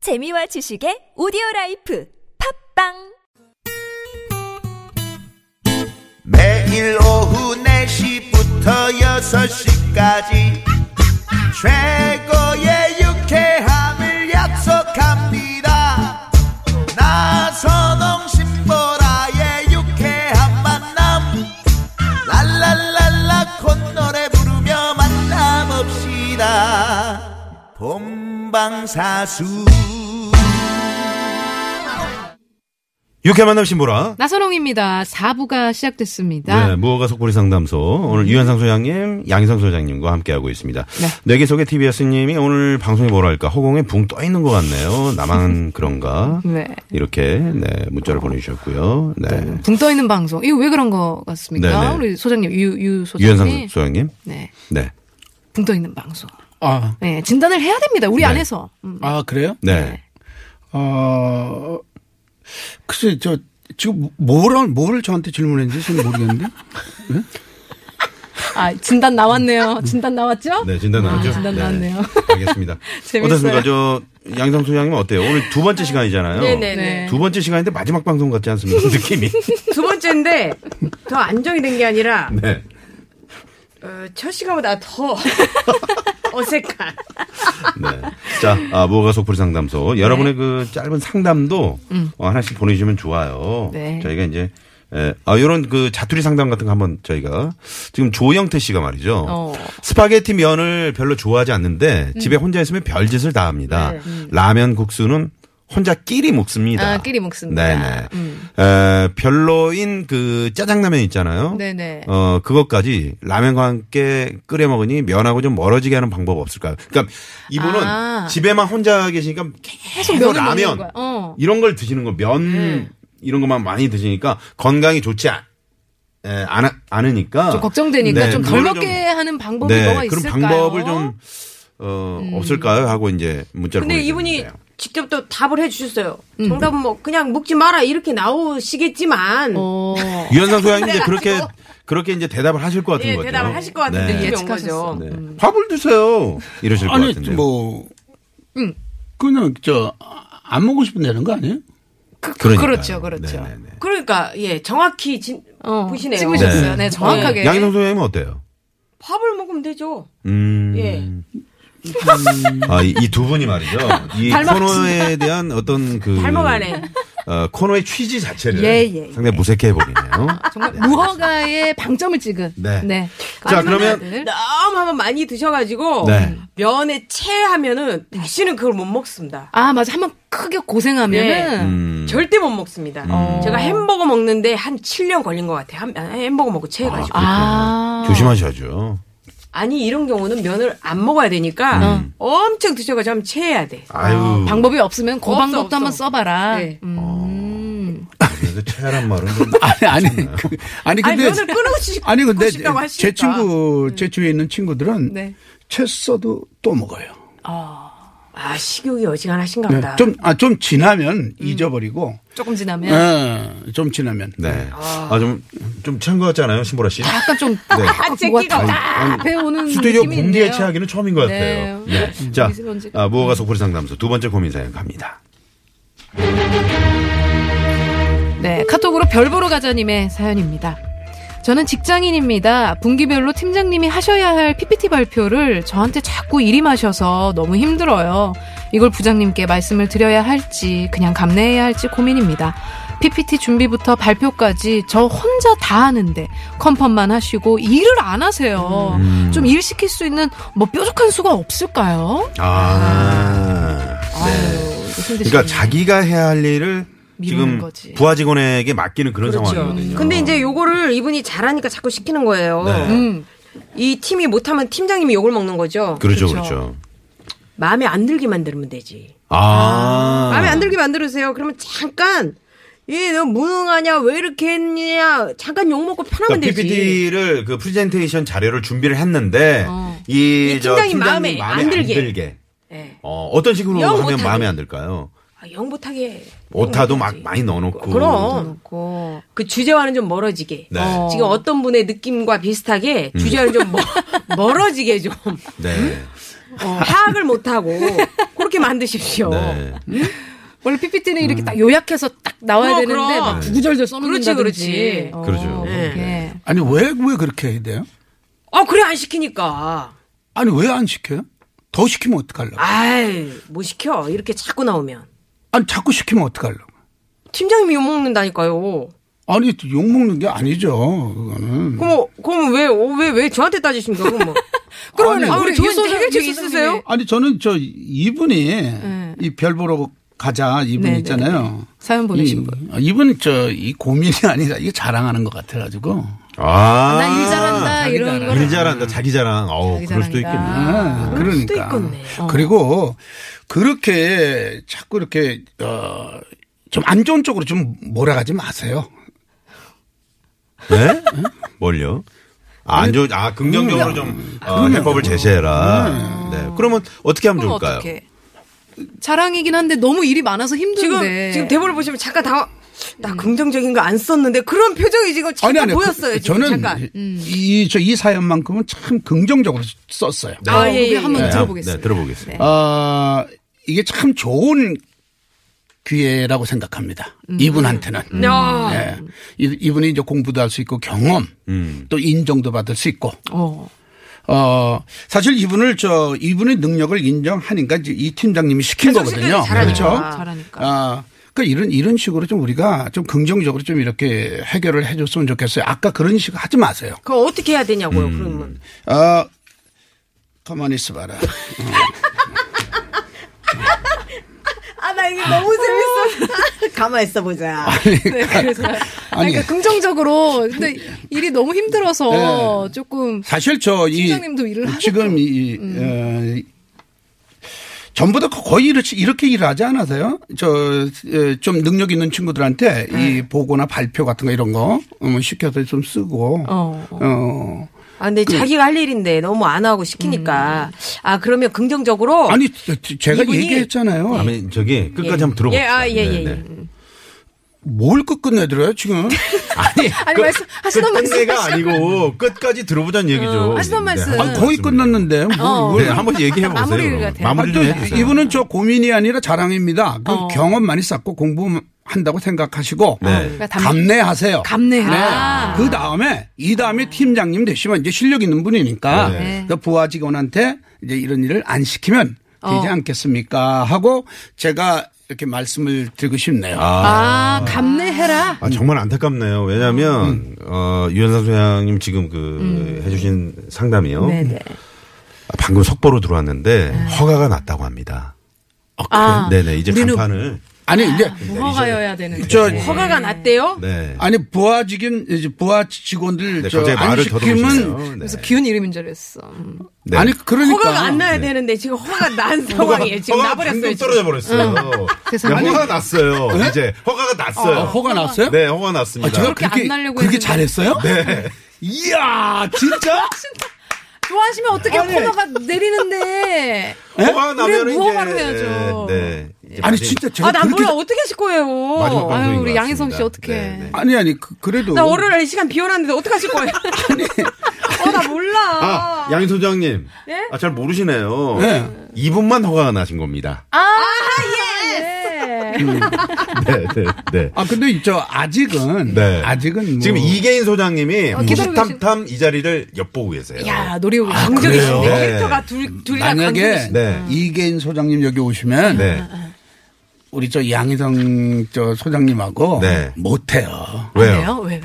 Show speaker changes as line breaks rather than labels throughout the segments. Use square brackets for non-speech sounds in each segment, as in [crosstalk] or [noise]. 재미와 지식의 오디오 라이프 팝빵
매일 오후 4시부터 6시까지 최고의 유쾌함을 약속합니다 나선홍 신보라의 유쾌한 만남 랄랄랄라 콧노래 부르며 만남없시다 본방사수
유쾌 만남 신보라.
나선홍입니다. 4부가 시작됐습니다.
네, 무허가 속보리 상담소. 오늘 유현상 소장님, 양희상 소장님과 함께하고 있습니다.
음. 네.
네. 개 속의 TBS님이 오늘 방송이 뭐랄까, 허공에 붕 떠 있는 것 같네요.
[laughs]
나만 그런가.
네.
이렇게, 네, 문자를 보내주셨고요. 네.
붕 떠있는 방송. 이거 왜 그런 것 같습니까?
네네.
우리 소장님, 유, 유
유현상
소장님.
소장님.
네.
네.
붕 떠있는 방송.
아,
네. 진단을 해야 됩니다. 우리 안에서. 음.
아 그래요?
네.
어, 글쎄 저 지금 뭐를 뭐를 저한테 질문했는지 지금
[laughs]
모르겠는데.
아, 진단 나왔네요. 진단 나왔죠?
네, 진단 나왔죠?
아, 진단
네.
나왔네요.
알겠습니다.
[laughs] 재밌어요.
어떻습니까? 저, 양희상 소장님 어때요? 오늘 두 번째 시간이잖아요.
네네네.
네.
두 번째 시간인데 마지막 방송 같지
[laughs]
않습니까? 느낌이.
두 번째인데 더 안정이 된 게 아니라
네.
어, 첫 시간보다 더 [laughs] 어색한.
네. 자, 아, 무허가 속풀이
네.
상담소. 여러분의 그 짧은 상담도 어, 하나씩 보내주시면 좋아요.
음. 네.
저희가 이제, 에, 아, 요런 그 자투리 상담 같은 거 한번 저희가 지금 조영태 씨가 말이죠.
어. 음.
스파게티 면을 별로 좋아하지 않는데 집에 혼자 있으면 별짓을 다 합니다. 라면 국수는 혼자 끼리 먹습니다.
네. 아, 끼리 먹습니다. 음.
네네. 에, 별로인 그 짜장라면 있잖아요.
네네.
어, 그것까지 라면과 함께 끓여 먹으니 면하고 좀 멀어지게 하는 방법 없을까요? 그러니까 이분은
아.
집에만 혼자 계시니까 계속,
면을 먹는
라면
거야. 어. 네.
이런 걸 드시는 거, 면 이런 것만 많이 드시니까 건강이 좋지 않, 에, 않, 않으니까.
좀 걱정되니까
네,
좀 덜
그거를
먹게 하는 방법이
네,
뭐가
그런
있을까요? 음.
방법을 좀, 어, 없을까요? 하고 이제 문자를
근데 이분이
보내주셨는데요.
직접 또 답을 해주셨어요.
음.
정답은 뭐 그냥 먹지 마라 이렇게 나오시겠지만
어.
유현상 소장님
[laughs]
이제
네,
그렇게, 그렇게 이제 대답을 하실 것 같은
예,
거죠.
대답을 하실 것 같은데
네.
이게 온
예측하셨어.
거죠.
네. 밥을 드세요. 이러실 것
아니
같은데.
뭐 그냥 저 안 먹고 싶은다는 거 아니에요?
그렇죠,
네,
그렇죠.
그러니까 예 정확히 진,
어,
보시네요.
찍으셨어요. 네, 정확하게.
양희성 소장님은 어때요?
밥을 먹으면 되죠.
음.
예.
아, 이 두 분이 말이죠. 이
닮아가신다.
코너에 대한 어떤 그.
닮아가네.
어, 코너의 취지 자체를
예, 예, 예.
상당히 무색해 보이네요.
정말 아, 무허가의 방점을 찍은.
네. 자,
자,
그러면-
그러면
너무 한번 많이 드셔가지고
네.
면에 체하면은 다시는 그걸 못 먹습니다.
아, 맞아. 한 번 크게 고생하면은
음.
절대 못 먹습니다.
음.
제가 햄버거 먹는데 한 7년 걸린 것 같아요. 한- 햄버거 먹고 체해가지고.
아.
조심하셔야죠.
아니 이런 경우는 면을 안 먹어야 되니까
음.
엄청 드셔가지고 하면 체해야 돼.
아유.
방법이 없으면 그
없어,
방법도
없어.
한번 써봐라.
네.
어.
음.
그래서 최하란 말은.
[laughs]
좀-
[laughs] 아니 아니 그, 아니
아니
근데
면을 끊고 싶
아니 근데
싶다고
제
하시니까. 음.
친구 제 주위에 있는 친구들은
네.
채 써도 또 먹어요.
아 식욕이 어지간하신가
네.
보다. 음. 네.
좀아좀 지나면 잊어버리고
조금 지나면
예, 좀 지나면
네. 아, 좀, 좀 취한 것 같지 않아요, 신보라 씨?
약간 좀
아,
네.
제끼가
고
다
앞에 오는
스튜디오
느낌이
공기에
있네요.
체하기는 처음인 것 같아요.
네.
네. 자,
미세먼지가.
아, 무허가 속풀이 상담소 두 번째 고민 사연 갑니다.
네, 카톡으로 별 보러 가자님의 사연입니다. 저는 직장인입니다. 분기별로 팀장님이 하셔야 할 PPT 발표를 저한테 자꾸 일임하셔서 너무 힘들어요. 이걸 부장님께 말씀을 드려야 할지 그냥 감내해야 할지 고민입니다. PPT 준비부터 발표까지 저 혼자 다 하는데 컨펌만 하시고 일을 안 하세요.
음.
좀 일 시킬 수 있는 뭐 뾰족한 수가 없을까요?
아.
아유, 힘드시겠네요.
그러니까 자기가 해야 할 일을
미루는
지금
거지.
부하 직원에게 맡기는 그런 상황이거든요.
근데 이제 요거를 이분이 잘하니까 자꾸 시키는 거예요.
네.
음,
이 팀이 못하면 팀장님이 욕을 먹는 거죠.
그렇죠,
그렇죠.
그렇죠.
마음에 안 들게 만들면 되지.
아.
마음에 안 들게 만들으세요. 그러면 잠깐 예, 얘너 무능하냐 왜 이렇게 했냐 잠깐 욕 먹고 편하면
그러니까
되지.
PPT를 그 프레젠테이션 자료를 준비를 했는데 이
이
저
팀장이
팀장님 마음에,
마음에 안 들게. 예.
어, 어떤 식으로
영
하면
못하게.
마음에 안 들까요?
아, 영 못하게.
오타도 막 많이 넣어놓고
그럼
그렇고.
그 주제와는 좀 멀어지게.
네. 음.
어.
[laughs]
지금 어떤 분의 느낌과 비슷하게 주제와는 좀 멀- 멀어지게 좀.
네.
파악을 못하고 그렇게 만드십시오.
네.
원래 PPT는 이렇게
음.
딱 요약해서 딱 나와야
어,
되는데
그럼. 예.
막 구구절절 써놓는다든지.
그렇지, 그렇지.
어,
그러죠.
그렇게.
아니 왜 왜 그렇게 해야 돼요?
어 그래 안 시키니까.
아니 왜 안 시켜요? 더 시키면 어떡하려고?
아이 뭐 시켜 이렇게 자꾸 나오면
아니 자꾸 시키면 어떡하려고?
팀장님이 욕 먹는다니까요.
아니 욕 먹는 게 아니죠. 그거는.
그럼 어, 그럼 왜왜왜 저한테 따지십니까? [laughs] 그럼 뭐.
그러면은
아, 우리
우리
좋은
유소장-
해결책
유
있으세요?
아니 저는 저 이분이
네.
이 별 보러 가자 이분
네,
있잖아요.
사연
음.
보내신 분.
이, 이분 저 이 고민이 [laughs] 아니라 이게 자랑하는 것 같아가지고.
아.
나 일 잘한다
자기
이런
자랑.
거.
일 잘한다. 자기 자랑. 어우,
자기
그럴 수도
자랑이다.
있겠네.
아,
그럴 수도
그러니까.
있겠네. 어.
그리고 그렇게 자꾸 이렇게 어, 좀 안 좋은 쪽으로 좀 몰아가지 마세요.
네? 뭘요? 아, 안 좋은, 아, 긍정적으로 좀, 어, 해법을 제시해라. 네. 그러면 어떻게 하면
그럼
좋을까요? 네,
어떻게? 자랑이긴 한데 너무 일이 많아서
지금
힘든데.
지금 대본을 보시면 잠깐 다 나 긍정적인 거 안 썼는데 그런 표정이 지금 잠깐 보였어요.
그-
지금
저는
잠깐. 음.
이, 저, 이 사연만큼은 참 긍정적으로 썼어요.
아,
아, 예,
우리
예,
한번
네,
들어보겠습니다.
네, 들어보겠습니다.
아, 이게 참 좋은 기회라고 생각합니다.
음.
이분한테는.
야.
예. 이- 이분이 이제 공부도 할 수 있고 경험 또 인정도 받을 수 있고
어.
어, 사실 이분을 저 이분의 능력을 인정하니까 이제 이 팀장님이 시킨
계속
거거든요. 그렇죠?
시켜야지, 잘하니까.
잘하니까.
아, 그러니까 이런 이런 식으로 좀 우리가 좀 긍정적으로 좀 이렇게 해결을 해줬으면 좋겠어요. 아까 그런 식 하지 마세요.
그거 어떻게 해야 되냐고요?
음.
그러면
아, 가만히 있어봐라.
아 나 이게 너무 재밌어. [laughs] 가만 있어 보자.
[laughs] 네, 그래서 아니, 그러니까 긍정적으로 근데 일이 너무
네.
힘들어서 조금
그,
사실 저 이
팀장님도 일을 음. 하셨죠.
지금 이 어, 전부 다 거의 이렇게, 이렇게 일을 하지 않아서요. 저 좀 능력 있는 친구들한테 이
네.
보고나 발표 같은 거 이런 거 음, 시켜서 좀 쓰고
어.
어.
아 근데 자기가 할 일인데 너무 안 하고 시키니까 아 그러면 긍정적으로
아니 저- 저- 제가
이분이-
얘기했잖아요.
예.
다음에 어, 저기 끝까지 한번 네, 들어볼게요.
예, 아, 예, 예, 예.
뭘 끝끝내드려요
[laughs]
지금?
아니,
아니, 말씀-
그
하시던 말씀 [laughs]
끝내가 아니고 끝까지 들어보자는 얘기죠. 네,
어, 하시던 말씀.
한
아, 거의 끝났는데 뭐
어.
네, 한번 얘기해 보세요.
마무리를
그럼.
같아요.
아니,
마무리
또
좀 해주세요.
이분은 저 고민이 아니라 자랑입니다. 그
어.
경험 많이 쌓고 공부한다고 생각하시고
네.
그러니까 담-
감내하세요.
감내해라.
네.
아.
그 다음에 이 다음에 팀장님 되시면 이제 실력 있는 분이니까
네.
그 부하 직원한테 이제 이런 일을 안 시키면 되지
어.
않겠습니까 하고 제가 이렇게 말씀을 드리고 싶네요.
아, 감내해라.
아, 정말 안타깝네요.
음.
왜냐하면 어, 유현상 소장님 지금 그 해주신 상담이요.
네네. 네.
아, 방금 속보로 들어왔는데 허가가 났다고 합니다.
아,
네네 이제
우리는-
간판을
아니 이제
부허가여야 되는.
저
허가가 났대요.
네.
아니 부하 직원 이제 부하 직원들
네,
저
갑자기
안
말을 더듬으시네요.
시키면
네.
그래서 기운 이름인 줄 알았어. 음.
네.
아니 그러니까
허가가 안 나야 되는데 지금 허가 난 상황이에요. 지금
허가가
나버렸어요.
방금
지금.
떨어져 버렸어요.
세상에. 네?
그냥 허가 났어요. 이제 허가가 났어요.
아, 허가 났어요?
네, 허가 났습니다.
아, 제가
그렇게 안
그렇게
나려고
그렇게
했는데.
잘했어요?
네.
이야 진짜
좋아하시면 어떻게 코너가 내리는데.
허가 나면
네? 우리는
이제
무허가로 해야죠.
네. 이제
아니
마지막-
진짜 제가
아, 나
그렇게
몰라. 어떻게 하실 거예요?
마지막 방송인
아유, 우리
것
양혜성 씨
같습니다. 네,
어떡해.
아니 아니 그, 래도
나 월요일 날 이 시간 비워놨는데 어떻게 하실 거예요? 어, 나 몰라.
아, 양 소장님.
네?
아, 잘 모르시네요.
네.
이분만 허가가 나신 겁니다.
아, 예.
네, 네, 네.
아 근데 저 아직은
네.
아직은 뭐-
지금 이계인 소장님이
기다리고
호시탐탐 이 자리를 엿보고 계세요.
야, 노려오고
아, 강적이신데
그래요?
캐릭터가 둘, 둘이 다
만약에
강적이신
네.
이계인 소장님 여기 오시면
네.
우리 저 양희성 저 소장님하고
네.
못해요.
왜요?
왜, 왜?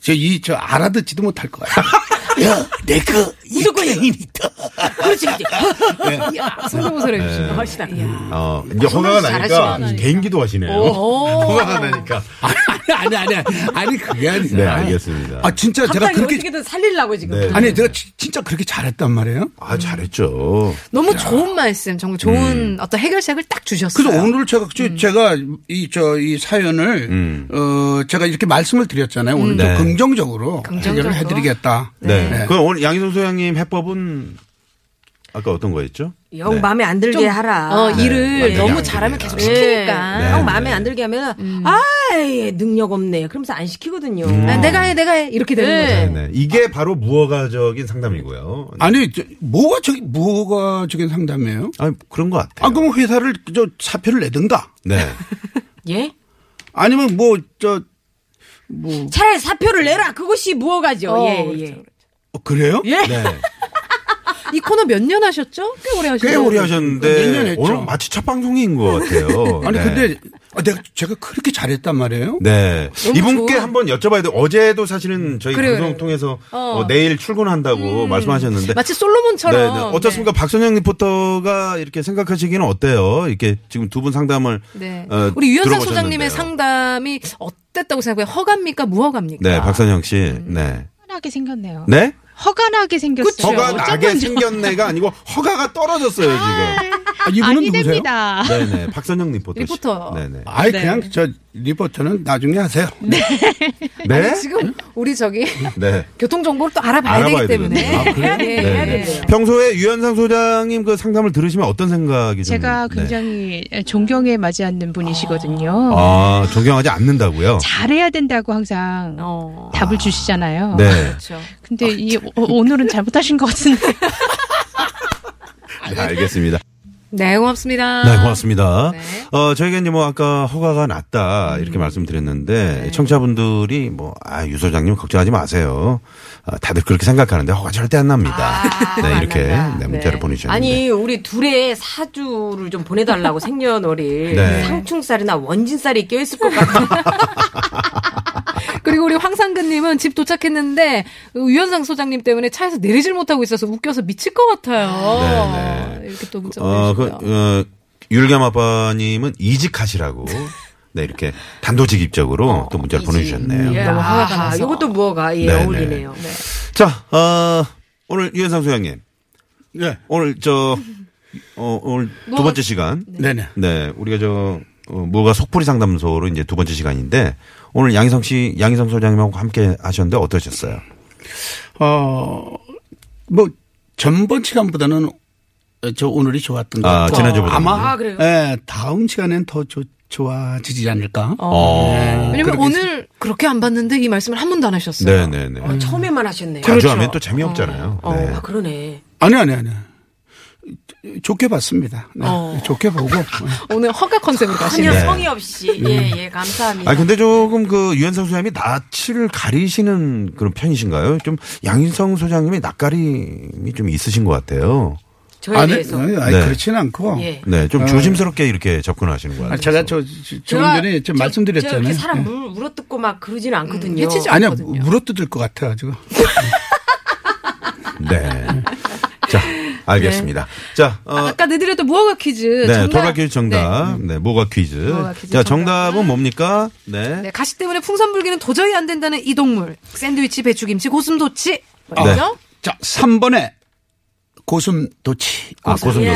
저 이 저 알아듣지도
[laughs]
못할 것 같아요. 야, 내가 그 이계인이다. [laughs]
그렇지, 그렇지.
야, 성대모사를 해주신다.
멋있다.
어, 이제 허가가 나니까 개인기도 하시네요. 허가가 나니까.
아니 아니 아니 아니 그게 아니라.
네, 알겠습니다.
아 진짜 제가
갑자기
그렇게
어떻게든 살리려고 지금.
네.
아니 제가 지- 진짜 그렇게 잘했단 말이에요.
아, 잘했죠.
너무 좋은 말씀, 정말
음.
좋은 어떤 해결책을 딱 주셨어요.
그래서 오늘 제가 저- 제가 이 저 이 사연을 어 제가 이렇게 말씀을 드렸잖아요. 오늘
음. 네.
좀 긍정적으로, 네.
긍정적으로.
그 해결을 해드리겠다.
네. 그럼 오늘 양희선 소장님 해법은 아까 어떤 거였죠?
영
네.
마음에 안 들게
좀,
하라.
어,
네,
일을
완전히
너무
안
잘하면
되네요.
계속
네.
시키니까.
네.
영 마음에 안 들게 하면 아이 능력 없네. 그러면서 안 시키거든요.
아, 내가 해, 내가 해. 이렇게 되는
네.
거죠.
네. 이게 바로 무허가적인 상담이고요. 네.
아니 저, 뭐가 저기 뭐가 저긴 상담이에요?
아니, 그런 것 같아요.
아 그럼 회사를 저 사표를 내든가
네.
예?
아니면 뭐저
차라리 사표를 내라. 그것이 무허가죠. 예, 예.
어, 그래요?
네.
이 코너 몇 년 하셨죠? 꽤 오래 하셨죠?
꽤 오래
몇년
하셨는데
했죠?
오늘 마치 첫 방송인 것
[laughs]
같아요.
아니
네.
근데 아, 내가 제가 그렇게 잘했단 말이에요?
네.
너무
이분께
좋아.
한번 여쭤봐야 돼. 어제도 사실은 저희
그래요,
방송
그래요.
통해서
어. 음.
어, 내일 출근한다고 말씀하셨는데.
마치
네,
솔로몬처럼.
네. 어떻습니까? 박선영 리포터가 이렇게 생각하시기는 어때요? 이렇게 지금 두 분 상담을
네.
어,
우리 유현상
들어보셨는데요.
소장님의 상담이 어땠다고 생각해요? 허가입니까? 무허가입니까?
네, 박선영 씨.
음.
네.
허간하게 생겼네요.
네?
허간하게
그렇죠.
생겼어요.
허가 나게
어쩌면 좀-
생겼네가 아니고 허가가 떨어졌어요, 지금.
아, 이분은
아니
누구세요?
됩니다.
네, 네. 박선영 리포터. 씨.
리포터.
네, 네.
아이 그냥 저 리포터는 나중에 하세요.
네?
지금 우리 저기
네.
[laughs] 교통정보를 또 알아봐야
알아봐야
되기 때문에.
되거든요. 아,
해야 돼,
네.
해야 돼요.
평소에 유현상 소장님 그 상담을 들으시면 어떤 생각이 좀
제가
네.
굉장히 존경에 맞지 않는 분이시거든요.
아, 존경하지 않는다고요?
잘해야 된다고 항상
어.
답을 주시잖아요.
네.
그렇죠.
근데 이 오- 오늘은 잘못하신 것
[laughs]
같은데.
네, 알겠습니다.
네, 고맙습니다.
네, 고맙습니다.
네.
어, 저희가 이제 뭐 아까 허가가 났다 이렇게 말씀드렸는데 청취자분들이 뭐, 아, 유 소장님 걱정하지 마세요. 아, 다들 그렇게 생각하는데 허가 절대 안 납니다.
아,
네, 이렇게
안 난다.
네, 문자를
네.
보내주셨는데.
아니 우리 둘의 사주를 좀 보내달라고 [laughs] 생년월일
네.
상충살이나 원진살이 껴있을 것 같아.
그리고 우리 황상근님은 집 도착했는데 유현상 소장님 때문에 차에서 내리질 못하고 있어서 웃겨서 미칠 것 같아요. 이렇게 또 문자
어, 네, 그,
보내주고요.
어, 율겸 아빠님은 이직하시라고. 네, 이렇게 단도직입적으로 또 문자를 보내주셨네요.
어, 예. 너무 화가
아,
나서.
이것도 무허가 예,
네, 네.
어울리네요. 네.
자, 어, 오늘 유현상 소장님.
네.
오늘 저, 어, 오늘
뭐
두 번째 시간.
네네.
네, 우리가 저 어, 무허가 속풀이 상담소로 이제 두 번째 시간인데 오늘 양희성 씨, 양희성 소장님하고 함께 하셨는데 어떠셨어요?
어, 뭐, 전번 시간보다는 저 오늘이 좋았던 것
아,
같고.
지난주보다는.
아마,
아, 그래요?
예, 다음 시간엔 더 좋, 좋아지지 않을까. 예,
어,
왜냐면 오늘 그렇게 안 봤는데 이 말씀을 한 번도 안 하셨어요.
네, 네, 네.
처음에만 하셨네요. 그렇죠.
자주 하면 또 재미없잖아요.
어,
네.
아, 그러네.
아니, 아니, 아니. 좋게 봤습니다. 네,
어.
좋게 보고.
[laughs]
오늘 허가 컨셉으로
전혀
가시네요.
네.
성의 없이 예예 감사합니다.
아 근데 조금 그 유현상 소장님이 낯을 가리시는 그런 편이신가요? 좀 양희성 소장님의 낯가림이 좀 있으신 것 같아요.
저에
아니,
대해서
아니,
네.
그렇진 않고.
예.
네, 좀 조심스럽게 이렇게 접근하시는 것 같아요.
아, 제가 저, 저- 조금 전에 좀
저- 제가
말씀드렸잖아요. 예. 네.
그렇게 사람 물, 물어뜯고 막 그러지는 않거든요.
해치지
아니야,
않거든요.
물어뜯을 것 같아가지고.
네. 자, 알겠습니다. 자, 어,
아, 아까 내드렸던 무허가 퀴즈
네,
정답.
돌발 퀴즈 정답. 네, 모가 퀴즈.
모가 퀴즈
자,
정답은?
정답은 뭡니까? 네.
네, 가시 때문에 풍선불기는 도저히 안 된다는 이 동물. 샌드위치, 배추김치, 고슴도치.
아,
아,
뭐죠?
자, 3번에 고슴도치.
아, 고슴도치.
예.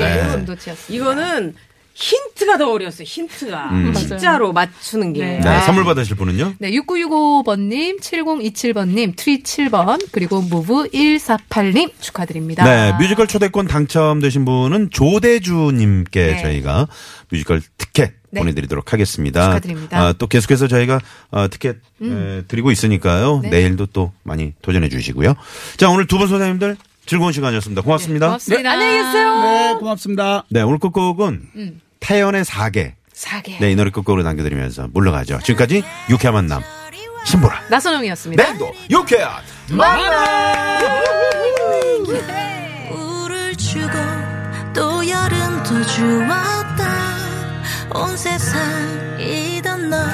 네.
고슴도치였어요.
이거는 힌트가 더 어려웠어요. 힌트가 진짜로 맞추는 게.
네, 선물 받으실 분은요?
네, 6965번님, 7027번님, 트리 7번, 그리고 무브 148님 축하드립니다.
네, 뮤지컬 초대권 당첨되신 분은 조대주님께
네.
저희가 뮤지컬 티켓
네.
보내드리도록 하겠습니다.
축하드립니다. 음.
아, 또 계속해서 저희가 어, 티켓 에, 드리고 있으니까요.
네.
내일도 또 많이 도전해 주시고요. 자, 오늘 두 분 소장님들 즐거운 시간이었습니다. 고맙습니다.
네, 고맙습니다. 안녕히 계세요.
네, 고맙습니다.
네, 오늘 끝곡은
음.
태연의 사계.
사계.
네, 이 노래 끝곡으로 남겨드리면서 물러가죠. 지금까지 유쾌한 만남 신보라.
나선홍이었습니다.
내일도 유쾌한
우를 주고 또 여름도 주었다 온 세상이던 널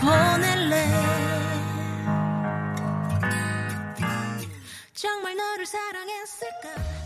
보낼래 정말 너를 사랑했을까